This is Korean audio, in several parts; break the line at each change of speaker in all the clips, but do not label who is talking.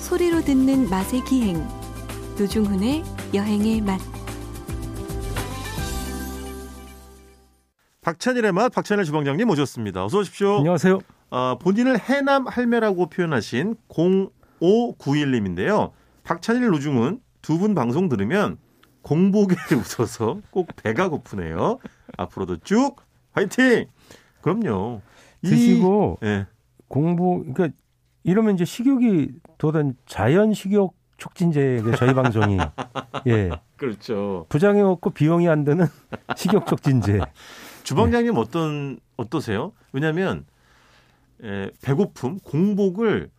소리로 듣는 맛의 기행 노중훈의 여행의 맛
박찬일의 맛 박찬일 주방장님 모셨습니다. 어서 오십시오.
안녕하세요.
아, 본인을 해남 할매라고 표현하신 0591님인데요. 박찬일 노중훈 두 분 방송 들으면 공복에 웃어서 꼭 배가 고프네요. 앞으로도 쭉 화이팅. 그럼요. 이-
드시고
예.
공부 그러니까 이러면 이제 식욕이 돋은 자연 식욕 촉진제 그 저희 방송이 예
그렇죠.
부장이 없고 비용이 안 드는 식욕 촉진제
주방장님 어떤 어떠세요? 왜냐하면 예, 배고픔, 공복을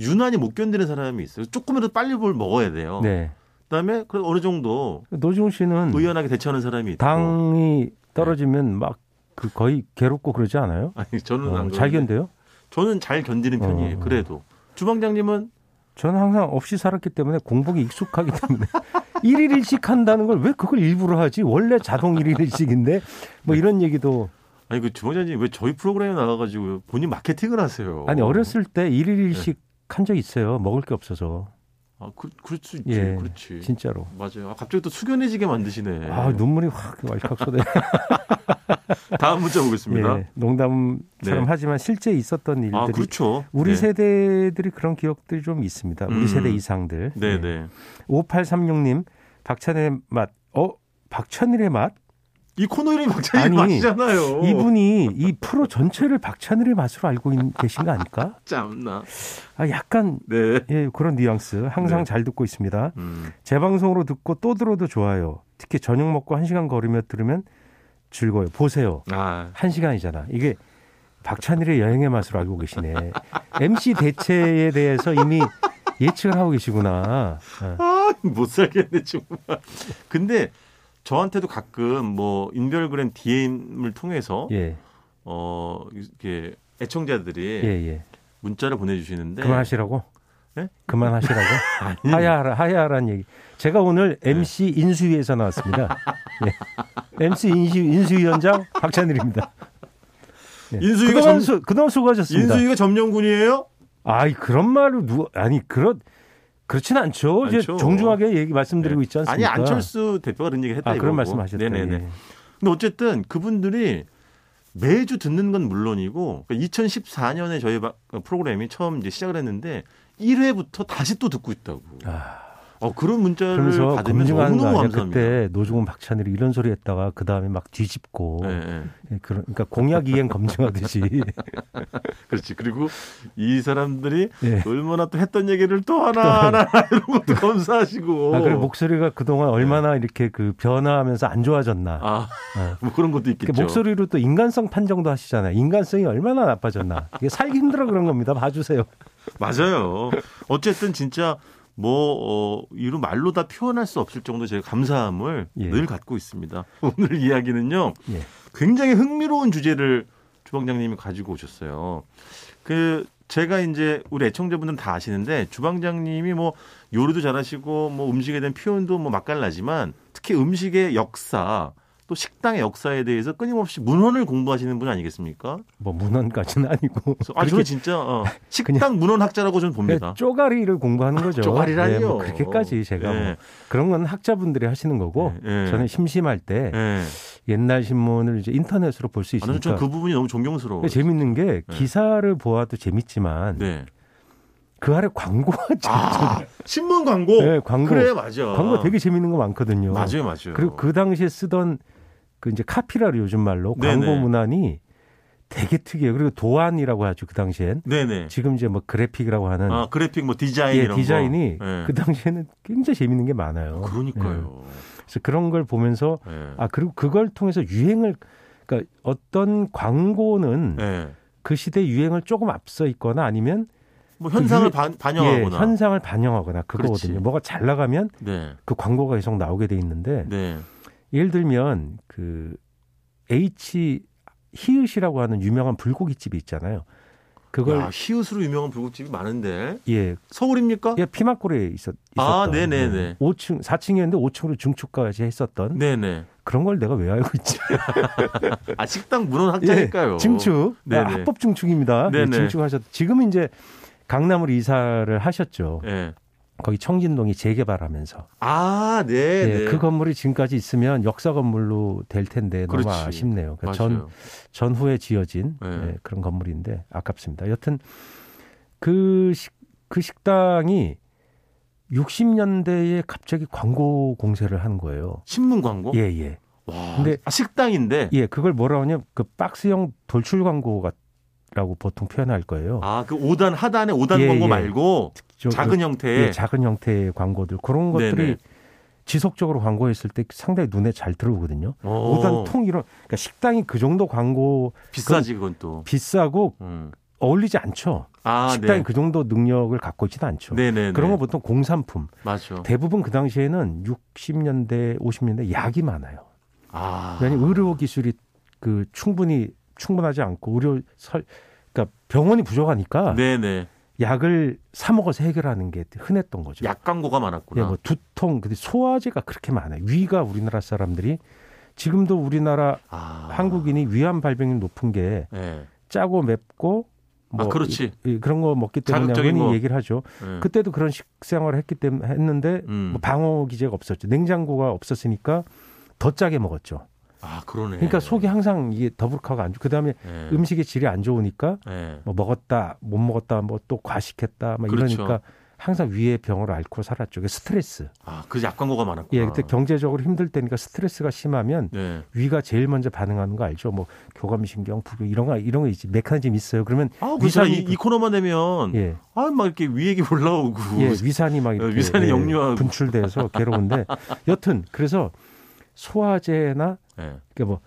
유난히 못 견디는 사람이 있어요. 조금이라도 빨리 뭘 먹어야 돼요.
네
그다음에 그래도 어느 정도
노중 씨는
의연하게 대처하는 사람이 있고.
당이 떨어지면 막 그 거의 괴롭고 그러지 않아요?
아니 저는
어,
네. 음, 안
잘
그래요.
견뎌요?
저는 잘 견디는 편이에요.
어.
그래도 주방장님은
저는 항상 없이 살았기 때문에 공복이 익숙하기 때문에 일일일씩 한다는 걸 왜 그걸 일부러 하지? 원래 자동 일일일씩인데뭐 이런 얘기도
아니 그 주방장님 왜 저희 프로그램에 나가가지고 본인 마케팅을 하세요?
아니 어렸을 때일일일
네.
씩 한 적 있어요. 먹을 게 없어서.
아, 그, 그럴 수 있지.
예.
그렇지.
진짜로.
맞아요. 아, 갑자기 또 숙연해지게 만드시네.
아 눈물이 확 왈칵 쏟아.
다음 문자 보겠습니다.
예, 농담처럼
네.
하지만 실제 있었던 일들이
아 그렇죠.
우리
네.
세대들이 그런 기억들이 좀 있습니다. 우리
음.
세대 이상들.
네,
예.
네.
5836님 박찬일의 맛. 어 박찬일의 맛?
이 코너 이름이 박찬일
아니,
맛이잖아요.
이분이 이 프로 전체를 박찬일의 맛으로 알고 있- 계신 거 아닐까?
짬나.
아 약간
네.
예 그런 뉘앙스 항상
네.
잘 듣고 있습니다.
음.
재방송으로 듣고 또 들어도 좋아요. 특히 저녁 먹고 한 시간 걸으며 들으면 즐거워요. 보세요.
아,
한 시간이잖아. 이게 박찬일의 여행의 맛으로 알고 계시네. MC 대체에 대해서 이미 예측을 하고 계시구나. 어.
아, 못 살겠네 정말. 근데 저한테도 가끔 뭐 인별그램 DM을 통해서
예,
어 이렇게 애청자들이
예, 예.
문자를 보내주시는데
그만하시라고?
네?
그만하시라고? 하야하라, 하야하라는 얘기. 제가 오늘
네.
MC 인수위에서 나왔습니다. 예. MC 인수, 인수위원장 박찬일입니다. 예.
인수위가
그동안,
전-
수, 그동안 수고하셨습니다.
인수위가 점령군이에요?
아이 그런 말을 누 아니 그런 그렇진 않죠. 이제
않죠.
정중하게 얘기 말씀드리고
네.
있지 않습니까?
아니 안철수 대표가 그런 얘기 했다
아 그런
이거고.
말씀하셨다.
네네네.
예.
근데 어쨌든 그분들이 매주 듣는 건 물론이고 2014년에 저희 바- 프로그램이 처음 이제 시작을 했는데 1회부터 다시 또 듣고 있다고.
아,
어, 그런 문자를
그러면서
받으면
검증하는 거
너무너무
아니야?
감사합니다.
그때 노중훈 박찬일이 이런 소리 했다가 그 다음에 막 뒤집고
예, 예.
예, 그런 그러니까 공약 이행 검증하듯이
그렇지. 그리고 이 사람들이
예.
얼마나 또 했던 얘기를 또 하나 하나 이런 것도 검사하시고.
아, 그리고 목소리가 그동안 얼마나 이렇게 그 변화하면서 안 좋아졌나.
네. 아,
예.
뭐 그런 것도
그
있겠죠.
목소리로 또 인간성 판정도 하시잖아요. 인간성이 얼마나 나빠졌나. 이게 살기 힘들어 그런 겁니다. 봐주세요.
맞아요. 어쨌든 진짜 뭐 어, 이런 말로 다 표현할 수 없을 정도 제가 감사함을
예.
늘 갖고 있습니다. 오늘 이야기는요.
예.
굉장히 흥미로운 주제를 주방장님이 가지고 오셨어요. 그 제가 이제 우리 애청자분들은 다 아시는데 주방장님이 뭐 요리도 잘하시고 뭐 음식에 대한 표현도 뭐 맛깔나지만 특히 음식의 역사 또 식당의 역사에 대해서 끊임없이 문헌을 공부하시는 분 아니겠습니까?
뭐 문헌까지는 아니고.
그래서 아 저는 진짜 어, 식당 문헌학자라고 저는 봅니다. 아,
네, 쪼가리를 공부하는 거죠.
쪼가리라니요.
네, 뭐 그렇게까지 제가
예.
뭐 그런 건 학자분들이 하시는 거고
예, 예.
뭐, 저는 심심할 때
예.
옛날 신문을 이제 인터넷으로 볼 수
아, 저는
있으니까
그 부분이 너무 존경스러워요.
근데 재밌는 게 기사를 보아도 재밌지만
네.
그 아래 광고가
아, 신문 광고.
네, 광고.
그래, 맞아.
광고 되게 재밌는 거 많거든요.
맞아요, 맞아요.
그리고 그 당시에 쓰던 그 이제 카피라로 요즘 말로
네네.
광고 문안이 되게 특이해요. 그리고 도안이라고 하죠. 그 당시엔
네네.
지금 이제 뭐 그래픽이라고 하는
아, 그래픽 뭐 디자인
예,
이런
디자인이
거. 예.
그 당시에는 굉장히 재밌는 게 많아요. 예.
그러니까요.
그래서 그런 걸 보면서
예.
아 그리고 그걸 통해서 유행을 그러니까 어떤 광고는
예.
그 시대 유행을 조금 앞서 있거나 아니면
뭐 현상을
그 유-
반, 반영하거나.
예, 현상을 반영하거나 그거거든요.
그렇지.
뭐가 잘 나가면
네.
그 광고가 계속 나오게 돼 있는데
네.
예를 들면 그 H 히읗이라고 하는 유명한 불고기집이 있잖아요. 그걸
야, 히읗으로 유명한 불국집이 많은데.
예,
서울입니까?
예 피막골에 있었,
아,
있었던 예,
네네네.
5층 4층이었는데 5층으로 중축까지 했었던
네네.
그런 걸 내가 왜 알고 있지?
아, 식당 문헌학자니까요.
예, 증축. 네,
그렇죠. 네네.
합법 증축입니다. 예,
네네.
증축하셨. 지금 이제 강남으로 이사를 하셨죠.
예.
거기 청진동이 재개발하면서
아, 네,
예,
네.
그 건물이 지금까지 있으면 역사 건물로 될 텐데
그렇지.
너무 아쉽네요. 그러니까 전
맞아요.
전후에 지어진
네.
예, 그런 건물인데 아깝습니다. 여튼 그, 식, 그 식당이 60년대에 갑자기 광고 공세를 한 거예요.
신문 광고?
예, 예.
와.
근데-
아, 식당인데.
예, 그걸 뭐라 하냐? 그 박스형 돌출 광고라고 보통 표현할 거예요.
아, 그 5단 하단에 5단
예,
광고
예.
말고
저-
작은
예,
형태의
작은 형태의 광고들 그런 것들이
네네.
지속적으로 광고했을 때 상당히 눈에 잘 들어오거든요.
오,
5단 통 이런 그러니까 식당이 그 정도 광고
비싸지 그건 또.
비싸고
음.
어울리지 않죠.
아,
식당이
네.
그 정도 능력을 갖고 있지도 않죠.
네, 네,
그런 거 보통 공산품.
맞죠.
대부분 그 당시에는 60년대, 50년대 약이 많아요.
아.
왜냐 의료 기술이 그 충분히 충분하지 않고 의료 설 그러니까 병원이 부족하니까
네, 네.
약을 사 먹어서 해결하는 게 흔했던 거죠.
약 광고가
예,
많았구나.
뭐 두통, 근데 소화제가 그렇게 많아요. 위가 우리나라 사람들이 지금도 우리나라
아.
한국인이 위암 발병률 높은 게
예. 짜고
짜고 맵고 뭐
아, 그렇지.
이- 이- 그런 거 먹기 때문에
자극적인
흔히
거.
얘기를 하죠.
예.
그때도 그런 식생활을 했기 때문에 했는데
음.
뭐 방어 기제가 없었죠. 냉장고가 없었으니까 더 짜게 먹었죠.
아, 그러네.
그러니까 속이 항상 이게 더부룩하고 안 좋고 그다음에
예.
음식의 질이 안 좋으니까
예.
뭐 먹었다, 못 먹었다, 뭐 또 과식했다, 막
그렇죠.
이러니까 항상 위에 병을 앓고 살았죠. 그게 스트레스.
아, 그래서 약 광고가 많았구나.
예, 그때 경제적으로 힘들 때니까 스트레스가 심하면
아. 네.
위가 제일 먼저 반응하는 거 알죠? 뭐 교감신경, 부교 이런 거 이런 거 이제 메커니즘 있어요. 그러면
아, 그래서
위산이
이, 이 코너만 되면
예,
아, 막 이렇게 위액이 올라오고.
예, 위산이 막 이렇게
음. 어, 위산이
예,
역류하고.
분출돼서 괴로운데 여튼 그래서 소화제나
예.
그러니까 뭐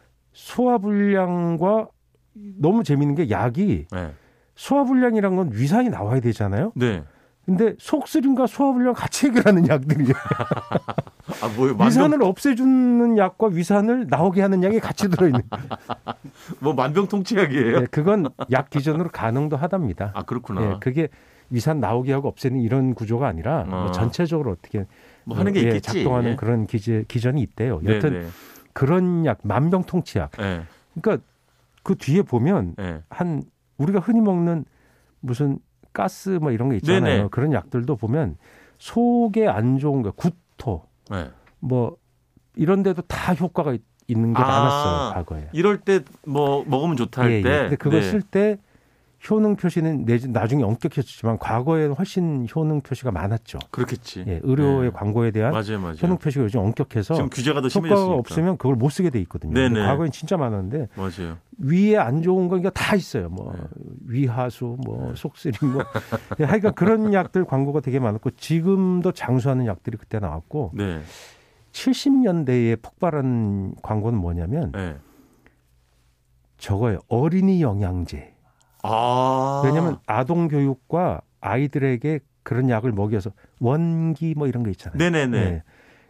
소화불량과 너무 재밌는 게 약이
예.
소화불량이란 건 위산이 나와야 되잖아요.
네.
근데 속쓰림과 소화불량 같이 해결하는 약들이에요.
아, 뭐요? 만병
위산을 없애주는 약과 위산을 나오게 하는 약이 같이 들어있는.
뭐 만병통치약이에요?
예, 그건 약 기준으로 가능도 하답니다.
아, 그렇구나.
예, 그게 위산 나오게 하고 없애는 이런 구조가 아니라 뭐
아.
전체적으로 어떻게
뭐 하는 게
예,
있겠지.
작동하는
예.
그런 기재, 기전이 있대요.
네,
여튼
네.
그런 약 만병통치약.
예.
그러니까 그 뒤에 보면
예.
한 우리가 흔히 먹는 무슨 가스 뭐 이런 게 있잖아요.
네네.
그런 약들도 보면 속에 안 좋은 거 구토
예.
뭐 이런 데도 다 효과가 있, 는게
아.
많았어요 과거에.
이럴 때 뭐 먹으면 좋다 할
예, 예.
때.
근데 그걸
네.
쓸 때 효능 표시는 내, 나중에 엄격해졌지만 과거에는 훨씬 효능 표시가 많았죠.
그렇겠지.
예,
네.
의료의 광고에 대한
맞아요, 맞아요.
효능 표시가 요즘 엄격해서
지금 규제가 더
효과가
심해졌으니까.
없으면 그걸 못 쓰게 돼 있거든요.
네네.
근데 과거엔 진짜 많았는데
맞아요.
위에 안 좋은 건 이거 다 있어요. 뭐
네.
위하수, 뭐 속쓰림, 뭐 예, 하여간 그런 약들 광고가 되게 많았고 지금도 장수하는 약들이 그때 나왔고
네.
70년대에 폭발한 광고는 뭐냐면
네.
저거예요. 어린이 영양제.
아.
왜냐하면 아동 교육과 아이들에게 그런 약을 먹여서 원기 뭐 이런 거 있잖아요.
네네네.
예.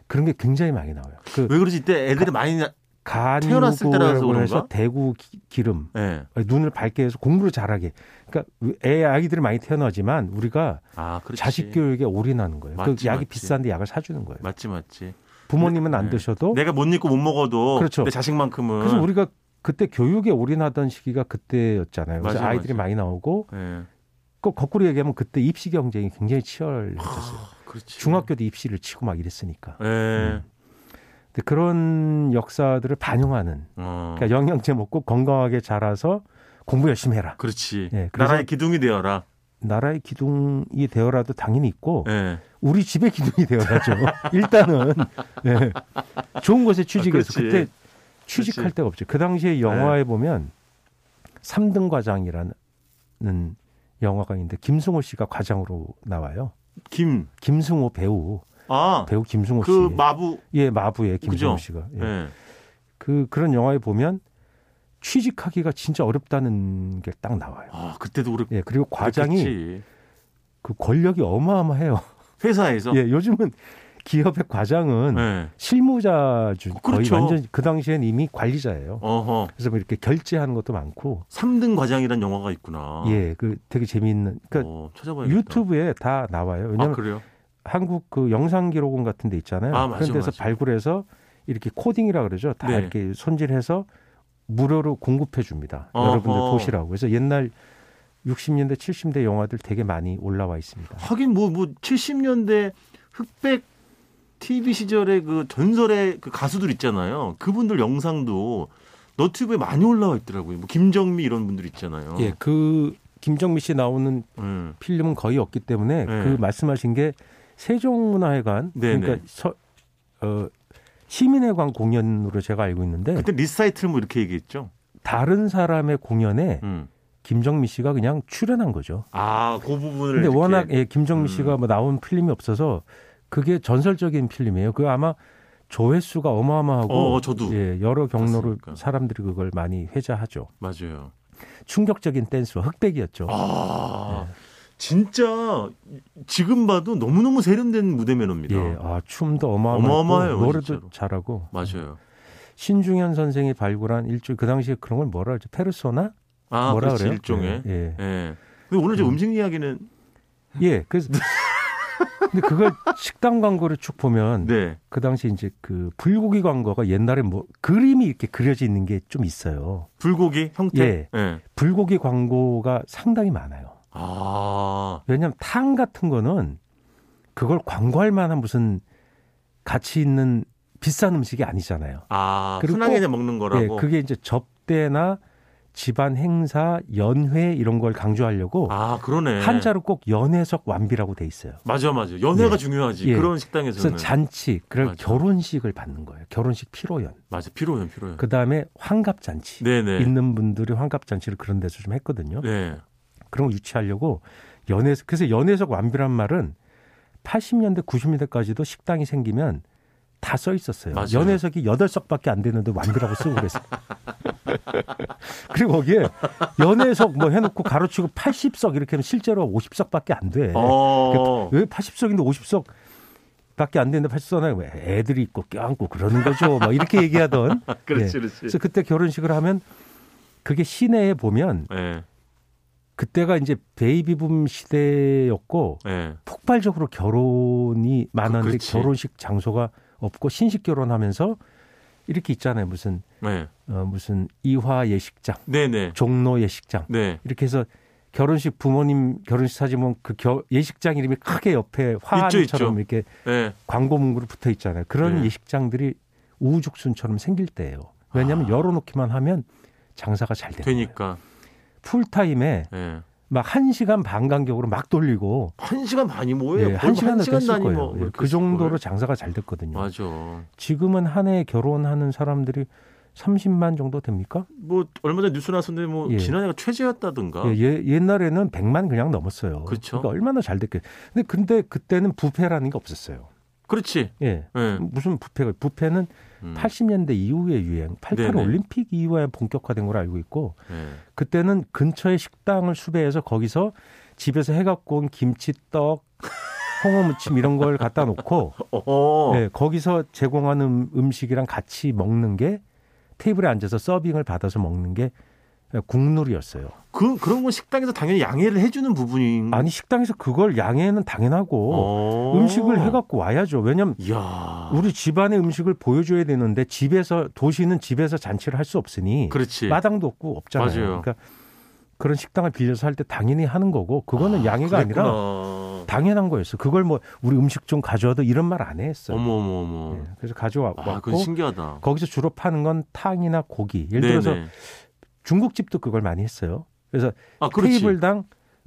그런 게 굉장히 많이 나와요. 그
왜 그러지? 이때 애들이 많이. 나... 태어났을 때라서
간유고라고
그런가?
해서 대구 기- 기름
예.
눈을 밝게 해서 공부를 잘하게. 그러니까 애 아이들이 많이 태어나지만 우리가
아, 그렇지.
자식 교육에 올인하는 거예요. 그
맞지,
약이
맞지.
비싼데 약을 사주는 거예요.
맞지, 맞지.
부모님은 안
네.
드셔도.
내가 못 입고 못 먹어도
어? 그렇죠.
내 자식만큼은
그래서 우리가 그때 교육에 올인하던 시기가 그때였잖아요. 그래서
맞아요,
아이들이
맞아요.
많이 나오고
예.
그 거꾸로 얘기하면 그때 입시 경쟁이 굉장히 치열했었어요.
아, 그렇지.
중학교도 음. 입시를 치고 막 이랬으니까.
예.
근데 그런 역사들을 반영하는
어.
그러니까 영양제 먹고 건강하게 자라서 공부 열심히 해라.
그렇지.
예, 그래서-
나라의 기둥이 되어라.
나라의 기둥이 되어라도 당연히 있고
예.
우리 집의 기둥이 되어야죠. 일단은 예. 좋은 곳에 취직해서
아, 그렇지.
그때 취직할
그렇지. 네.
데가 없죠. 그 당시에 영화에 보면 3등 과장이라는 영화가 있는데 김승호 씨가 과장으로 나와요.
김.
김승호 배우
아.
배우 김승호 씨.
그 마부.
예, 마부의 김승호
그죠?
씨가. 예.
예.
그 그런 영화에 보면 취직하기가 진짜 어렵다는 게 딱 나와요.
아, 그때도 우리
예, 그리고 과장이
그랬겠지.
그 권력이 어마어마해요.
회사에서
예, 요즘은 기업의 과장은
예.
실무자 주 거의
그렇죠.
완전 그 당시엔 이미 관리자예요.
어허.
그래서 뭐 이렇게 결제하는 것도 많고
3등 과장이란 영화가 있구나.
예, 그 되게 재미있는 그러니까
어, 찾아봐야겠다.
유튜브에 다 나와요.
아,
왜냐면
그래요?
한국 그 영상 기록원 같은 데 있잖아요.
아, 맞아요,
그런 데서
맞아요.
발굴해서 이렇게 코딩이라 그러죠. 다
네.
이렇게 손질해서 무료로 공급해 줍니다.
어허.
여러분들 보시라고. 그래서 옛날 60년대, 70대 영화들 되게 많이 올라와 있습니다.
하긴 뭐 뭐 70년대 흑백 TV 시절의 그 전설의 그 가수들 있잖아요. 그분들 영상도 너튜브에 많이 올라와 있더라고요. 뭐 김정미 이런 분들 있잖아요.
예, 그 김정미 씨 나오는
음.
필름은 거의 없기 때문에
네.
그 말씀하신 게 세종문화회관
네네.
그러니까 서, 어, 시민회관 공연으로 제가 알고 있는데
그때 리사이틀 뭐 이렇게 얘기했죠.
다른 사람의 공연에
음.
김정미 씨가 그냥 출연한 거죠.
아, 그 부분을.
근데
이렇게.
워낙 예, 김정미
음.
씨가 뭐 나온 필름이 없어서 그게 전설적인 필름이에요. 그 아마 조회수가 어마어마하고
어, 어, 저도.
예, 여러 경로로
봤으니까.
사람들이 그걸 많이 회자하죠.
맞아요.
충격적인 댄스와 흑백이었죠. 예.
아, 진짜 지금 봐도 너무너무 세련된 무대 매너입니다.
예, 아, 춤도 어마어마하고
어마어마해요,
노래도
진짜로.
잘하고
맞아요.
신중현 선생이 발굴한 일종 그 당시에 그런 걸 뭐라 그러죠? 페르소나?
아,
뭐라
그렇지,
그래요?
일종의.
예. 예.
예. 근데 오늘 제
음.
음식 이야기는
예, 그래서 근데 그걸 식당 광고를 쭉 보면
네.
그 당시 이제 그 불고기 광고가 옛날에 뭐 그림이 이렇게 그려져 있는 게 좀 있어요.
불고기 형태.
예. 불고기 광고가 상당히 많아요.
아,
왜냐하면 탕 같은 거는 그걸 광고할 만한 무슨 가치 있는 비싼 음식이 아니잖아요.
아,
그리고
흔하게
꼭-
그냥 먹는 거라고.
예, 그게 이제 접대나 집안 행사, 연회 이런 걸 강조하려고
아, 그러네.
한자로 꼭 연회석 완비라고 돼 있어요.
맞아, 맞아. 연애가
예.
중요하지.
예.
그런
그래서
식당에서는.
잔치, 그런
맞아.
결혼식을 받는 거예요. 결혼식 피로연.
맞아, 피로연, 피로연.
그 다음에 환갑잔치.
네. 네네.
있는 분들이 환갑잔치를 그런 데서 좀 했거든요.
네.
예. 그런 거 유치하려고 연회석 그래서 연회석 완비란 말은 80년대 90년대까지도 식당이 생기면 다 써 있었어요.
맞아요.
연회석이 8석밖에 안 되는데 완비라고 쓰고 그랬어요. 그리고 거기에 연회석 뭐 해놓고 가로치고 80석 이렇게 하면 실제로 50석밖에 안 돼.
어.
왜 80석인데 50석 밖에 안 되는데 80석은 왜 애들이 있고 껴안고 그러는 거죠. 막 이렇게 얘기하던.
그렇지,
예.
그렇지.
그래서 그때 결혼식을 하면 그게 시내에 보면
예.
그때가 이제 베이비붐 시대였고
예.
폭발적으로 결혼이 많았는데
그렇지.
결혼식 장소가 없고 신식 결혼하면서 이렇게 있잖아요 무슨
네.
어, 무슨 이화 예식장,
네네.
종로 예식장
네.
이렇게 해서 결혼식 부모님 결혼식 사진 보면 그 겨- 예식장 이름이 크게 옆에
있죠,
화환처럼
있죠.
이렇게
예.
광고 문구로 붙어 있잖아요. 그런
네.
예식장들이 우후죽순처럼 생길 때예요. 왜냐하면
아.
열어놓기만 하면 장사가 잘 되는 거예요.
되니까.
풀타임에
예.
막 1시간 반 간격으로 막 돌리고
한 시간 반이 뭐예요?
예,
거의
한 시간을
시간
뺐을
단위
거예요.
뭐
예,
이렇게
그
했을
정도로
거예요.
장사가 잘 됐거든요.
맞아.
지금은 한 해에 결혼하는 사람들이 30만 정도 됩니까?
뭐 얼마 전에 뉴스 나왔었는데 뭐
예.
지난해가 최저였다든가.
예, 예, 옛날에는 100만 그냥 넘었어요.
아. 그쵸.
러니까 얼마나 잘 됐겠. 근데 근데 그때는 부패라는 게 없었어요.
그렇지.
예.
예.
무슨 부패가 부패는
음.
80년대 이후의 유행, 88
네네.
올림픽 이후에 본격화된 걸 알고 있고
예.
그때는 근처의 식당을 수배해서 거기서 집에서 해갖고 온 김치떡, 홍어무침 이런 걸 갖다 놓고
어.
네, 거기서 제공하는 음식이랑 같이 먹는 게 테이블에 앉아서 서빙을 받아서 먹는 게 국룰이었어요.
그 그런 건 식당에서 당연히 양해를 해주는 부분인.
아니 식당에서 그걸 양해는 당연하고
음. 어. 아.
음식을 해갖고 와야죠. 왜냐면
이야.
우리 집안의 음식을 보여줘야 되는데 집에서 도시는 집에서 잔치를 할 수 없으니
그렇지.
마당도 없고 없잖아요.
예. 맞아요.
그러니까 그런 식당을 빌려서 할 때 당연히 하는 거고 그거는 양해가 아니라
그랬구나.
당연한 거였어. 그걸 뭐 우리 음식 좀 가져와도 이런 말 안 했어요.
어머 어머 어머.
예, 그래서 가져왔고
아, 그건 신기하다.
거기서 주로 파는 건 탕이나 고기. 예를 들어서
네네.
중국집도 그걸 많이 했어요. 그래서
아, 그렇지.
테이블당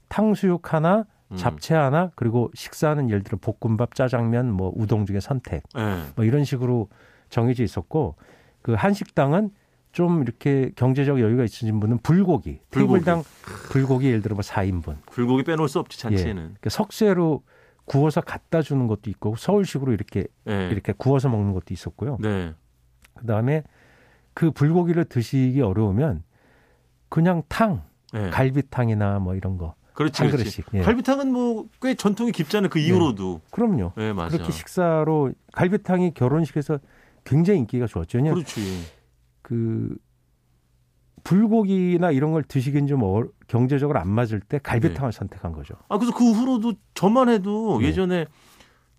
탕수육 하나,
음.
잡채 하나, 그리고 식사는 예를 들어 볶음밥, 짜장면, 뭐 우동 중에 선택.
예.
뭐 이런 식으로 정해져 있었고 그 한식당은 좀 이렇게 경제적 여유가 있으신 분은 불고기,
불고기.
테이블당 불고기 예를 들어 뭐 4인분.
불고기 빼놓을 수 없지 잔치에는.
그러니까 석쇠로 구워서 갖다 주는 것도 있고 서울식으로 이렇게
예.
이렇게 구워서 먹는 것도 있었고요.
네.
그 다음에 그 불고기를 드시기 어려우면 그냥 탕,
예.
갈비탕이나 뭐 이런 거.
그렇지.
한
그렇지.
그릇씩. 예.
갈비탕은 뭐 꽤 전통이 깊잖아요. 그 이후로도.
그럼요.
예, 맞아.
그렇게 식사로 갈비탕이 결혼식에서 굉장히 인기가 좋았죠. 왜냐하면
그렇지.
그 불고기나 이런 걸 드시긴 좀 어- 경제적으로 안 맞을 때 갈비탕을 선택한 거죠.
아 그래서 그 후로도 저만 해도
예.
예전에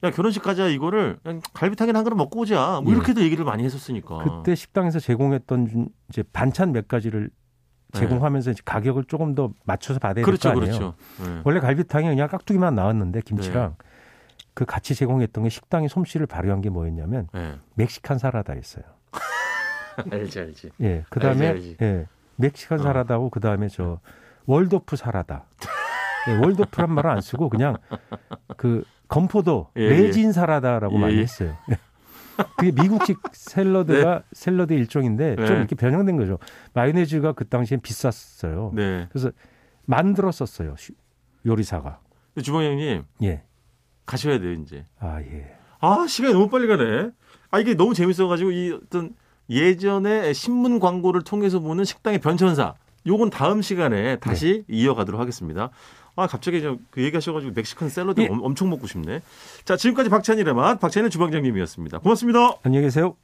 야 결혼식 가자 이거를 그냥 갈비탕이나 한 그릇 먹고 오자 뭐
예.
아. 이렇게도 얘기를 많이 했었으니까
그때 식당에서 제공했던 좀 이제 반찬 몇 가지를 제공하면서 이제 가격을 조금 더 맞춰서 받아야 될 거
네. 그렇죠,
아니에요.
그렇죠. 네.
원래 갈비탕이 그냥 깍두기만 나왔는데 김치랑 그 같이 제공했던 게 식당이 솜씨를 발휘한 게 뭐였냐면
네.
멕시칸 사라다였어요.
알지, 알지.
예. 그다음에
알지, 알지.
예. 멕시칸
어.
사라다고 그다음에 저 월도프 사라다. 예, 월도프란 말을 안 쓰고 그냥 그 건포도
예,
레진 사라다라고
예,
많이
예.
했어요. 그게 미국식 샐러드가 샐러드 일종인데
네.
좀 이렇게 변형된 거죠. 마요네즈가 그 당시엔 비쌌어요.
네.
그래서 만들었었어요. 슈- 요리사가.
근데 주방장님
예.
가셔야 돼요 이제.
아, 예.
아 시간이 너무 빨리 가네. 아 이게 너무 재밌어가지고 이 어떤 예전에 신문 광고를 통해서 보는 식당의 변천사. 요건 다음 시간에 다시 이어가도록 하겠습니다. 아 갑자기 좀그 얘기하셔가지고 멕시칸 샐러드
예.
엄청 먹고 싶네. 자 지금까지 박찬일의 맛 박찬일 주방장님이었습니다. 고맙습니다.
안녕히 계세요.